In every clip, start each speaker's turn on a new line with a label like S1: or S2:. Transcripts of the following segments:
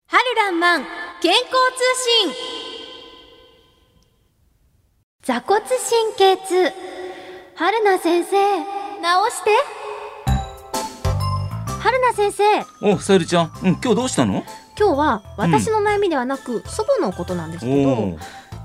S1: るらんまん健康通信座骨神経痛春名先生直して春名先生
S2: おさゆりちゃん、うん、今日どうしたの
S1: 今日は私の悩みではなく、祖母のことなんですけど、
S2: おー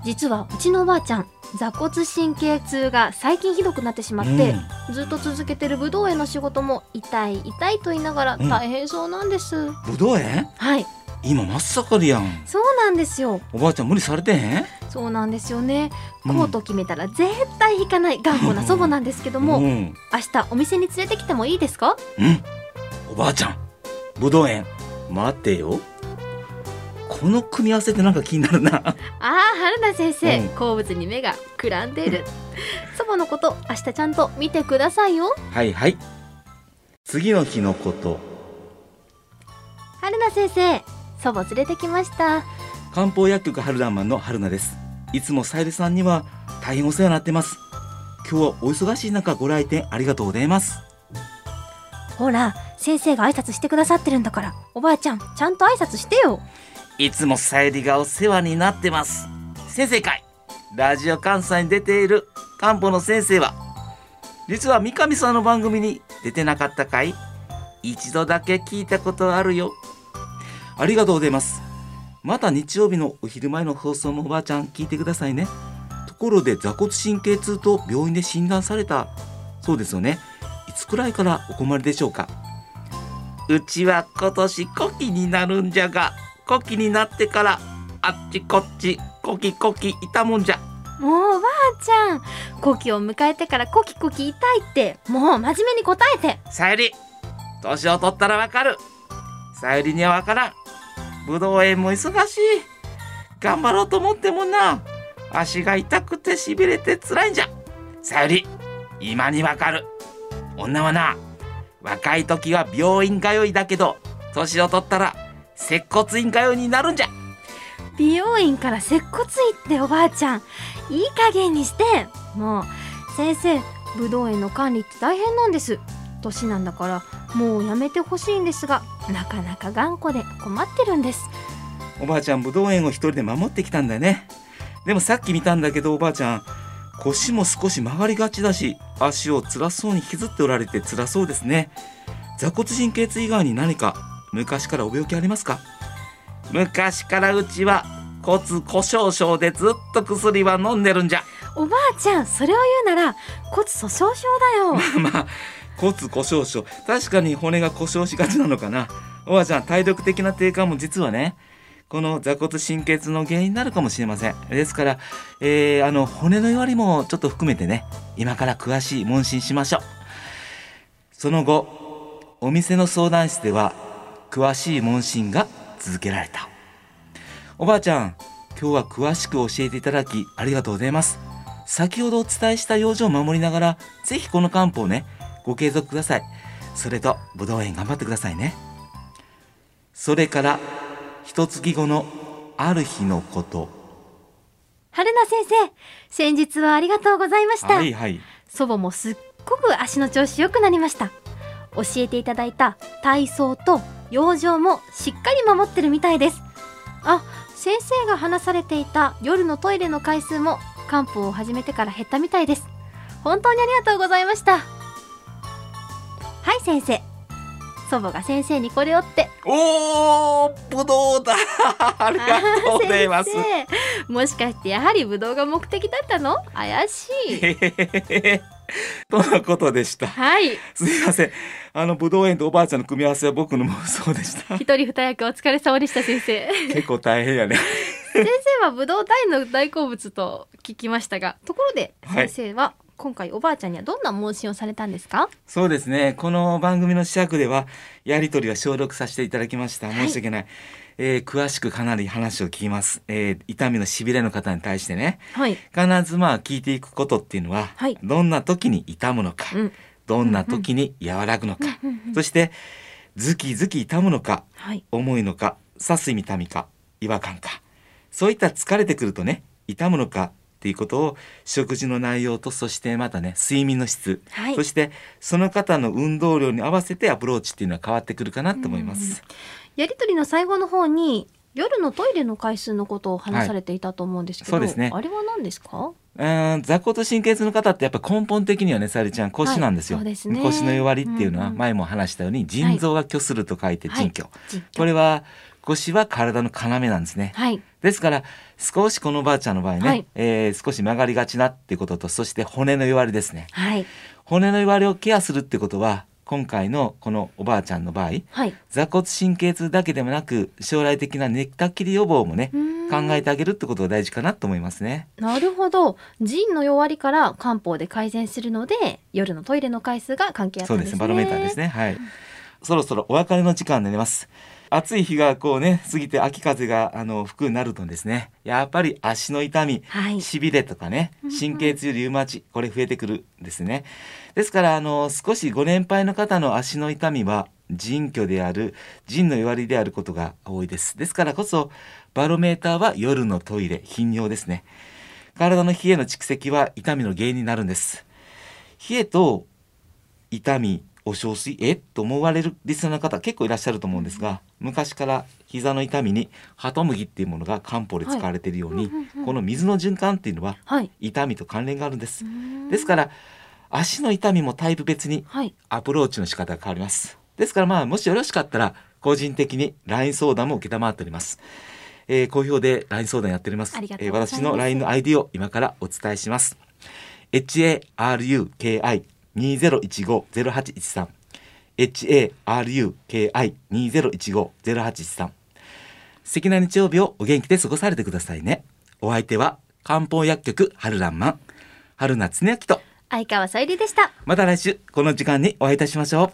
S1: 実はうちのおばあちゃん座骨神経痛が最近ひどくなってしまって、ずっと続けてる武道園の仕事も痛い痛いと言いながら
S2: うん
S1: 大変そうなんです、
S2: ぶどう園
S1: はい
S2: 今真っ盛りやん
S1: そうなんですよ
S2: おばあちゃん無理されてへん
S1: そうなんですよね
S2: うん
S1: こうと決めたら絶対引かない頑固な祖母なんですけども、
S2: うん、
S1: 明
S2: うん、
S1: 日お店に連れてきてもいいですか
S2: おばあちゃんぶどう園待てよこの組み合わせってなんか気になる な
S1: ああ春菜先生、
S2: うん
S1: 好物に目がくらんでる 祖母のこと明日ちゃんと見てくださいよ
S2: はいはい次の日のこと
S1: 春菜先生祖母連れてきました
S2: 漢方薬局春ラーマンの春菜ですいつもさゆりさんには大変お世話になってます今日はお忙しい中ご来店ありがとうございます
S1: ほら先生が挨拶してくださってるんだからおばあちゃんちゃんと挨拶してよ
S2: いつもさゆりがお世話になってます。先生会、ラジオ関西に出ている漢方の先生は、実は三上さんの番組に出てなかったかい一度だけ聞いたことあるよ。ありがとうございます。また日曜日のお昼前の放送もおばあちゃん聞いてくださいね。ところで座骨神経痛と病院で診断されたそうですよね。いつくらいからお困りでしょうかうちは今年古希になるんじゃが、古希になってから、あっちこっち、コキコキいたもんじゃ。
S1: もうおばあちゃん古希を迎えてからコキコキ痛いってもう真面目に答えて
S2: さゆり、年を取ったらわかる。さゆりにはわからん。ぶどう園も忙しい。頑張ろうと思ってもな、足が痛くてしびれて辛いんじゃ。さゆり、今にわかる。女はな、若い時は病院通いだけど、年を取ったら、接骨院通いになるんじゃ。
S1: 美容院から接骨院っておばあちゃんいい加減にしてもう先生武道園の管理って大変なんです年なんだからもうやめてほしいんですがなかなか頑固で困ってるんです
S2: おばあちゃん武道園を一人で守ってきたんだよねでもさっき見たんだけどおばあちゃん腰も少し曲がりがちだし足を辛そうに引きずっておられて辛そうですね座骨神経痛以外に何か昔からお病気ありますか昔からうちは骨故障症でずっと薬は飲んでるんじゃ
S1: おばあちゃんそれを言うなら骨粗鬆症だよ
S2: まあ骨故障症確かに骨が故障しがちなのかなおばあちゃん体力的な低下も実はねこの座骨神経痛の原因になるかもしれませんですから、えーあの骨の弱りもちょっと含めてね今から詳しい問診しましょうその後お店の相談室では詳しい問診が続けられたおばあちゃん今日は詳しく教えていただきありがとうございます先ほどお伝えした養生を守りながらぜひこの漢方をねご継続くださいそれとぶどう園頑張ってくださいねそれから一月後のある日のこと
S1: 春菜先生先日はありがとうございました、
S2: はいはい
S1: 祖母もすっごく足の調子良くなりました教えていただいた体操と養生もしっかり守ってるみたいですあ先生が話されていた夜のトイレの回数も漢方を始めてから減ったみたいです本当にありがとうございましたはい先生祖母が先生にこれをって
S2: おーぶどうだ ありがとうございます
S1: 先生もしかしてやはりブドウが目的だったの怪しい
S2: とのことでした
S1: はい
S2: すいませんあのぶどう園とおばあちゃんの組み合わせは僕の妄想でした
S1: 一人二役お疲れ様でした先生
S2: 結構大変やね
S1: 先生はぶどう大の大好物と聞きましたがところで
S2: はい
S1: 先生は今回おばあちゃんにはどんな問診をされたんですか、
S2: そうですね。この番組の試着では、やりとりは消毒させていただきました。申し訳ない。えー詳しくかなり話を聞きます。えー痛みのしびれの方に対してね、
S1: はい、
S2: 必ずまあ聞いていくことっていうのは、
S1: はい
S2: どんな時に痛むのか、
S1: うん
S2: どんな時に和らぐのか、そして、ズキズキ痛むのか、
S1: はい、
S2: 重いのか刺す痛みか違和感かそういった疲れてくるとね痛むのかっていうことを食事の内容とそしてまたね睡眠の質、
S1: はい
S2: そしてその方の運動量に合わせてアプローチっていうのは変わってくるかなと思います。
S1: やり取りの最後の方に夜のトイレの回数のことを話されていたと思うんですけど、
S2: はいそうですね
S1: あれは何ですか
S2: うーん座骨神経痛の方ってやっぱ根本的にはねさゆりちゃん腰なんですよ、
S1: はいそうですね
S2: 腰の弱りっていうの
S1: う
S2: は
S1: んうん
S2: 前も話したように腎臓が虚すると書いて腎虚、
S1: 腎虚
S2: これは腰は体の要なんですね、
S1: はい
S2: ですから少しこのばあちゃんの場合ね、
S1: はい
S2: えー少し曲がりがちなってこととそして骨の弱りですね
S1: はい
S2: 骨の弱りをケアするってことは今回のこのおばあちゃんの場合
S1: はい
S2: 座骨神経痛だけでもなく将来的な寝たきり予防もね
S1: うーん
S2: 考えてあげるってことが大事かなと思いますね。
S1: なるほど腎の弱りから漢方で改善するので夜のトイレの回数が関係あった
S2: そうんで
S1: ですすね
S2: ねバロメーターですねはいそろそろお別れの時間になります暑い日がこうね過ぎて秋風があの吹くようになるとですねやっぱり足の痛み
S1: はい
S2: しびれとかね
S1: うんうん
S2: 神経痛リウマチこれ増えてくるんですねですからあの少しご年配の方の足の痛みは腎虚である腎の弱りであることが多いですですからこそバロメーターは夜のトイレ頻尿ですね体の冷えの蓄積は痛みの原因になるんです冷えと痛みお小水えと思われるリスナーの方結構いらっしゃると思うんですが昔から膝の痛みにハトムギっていうものが漢方で使われているように、
S1: はいうんうんうん
S2: この水の循環っていうのは
S1: はい
S2: 痛みと関連があるんです、
S1: で
S2: ですから足の痛みもタイプ別に
S1: はい
S2: アプローチの仕方が変わりますですからまあもしよろしかったら個人的に LINE 相談も承っております、えー、好評で LINE 相談やっております
S1: ありがと
S2: え
S1: う
S2: ー
S1: ございます
S2: 私の LINE の ID を今からお伝えします HARUKI2015-0813 HARUKI2015-0813素敵な日曜日をお元気で過ごされてくださいねお相手は漢方薬局春らんまん春夏恒明と
S1: 相川さゆりでした
S2: また来週この時間にお会いいたしましょう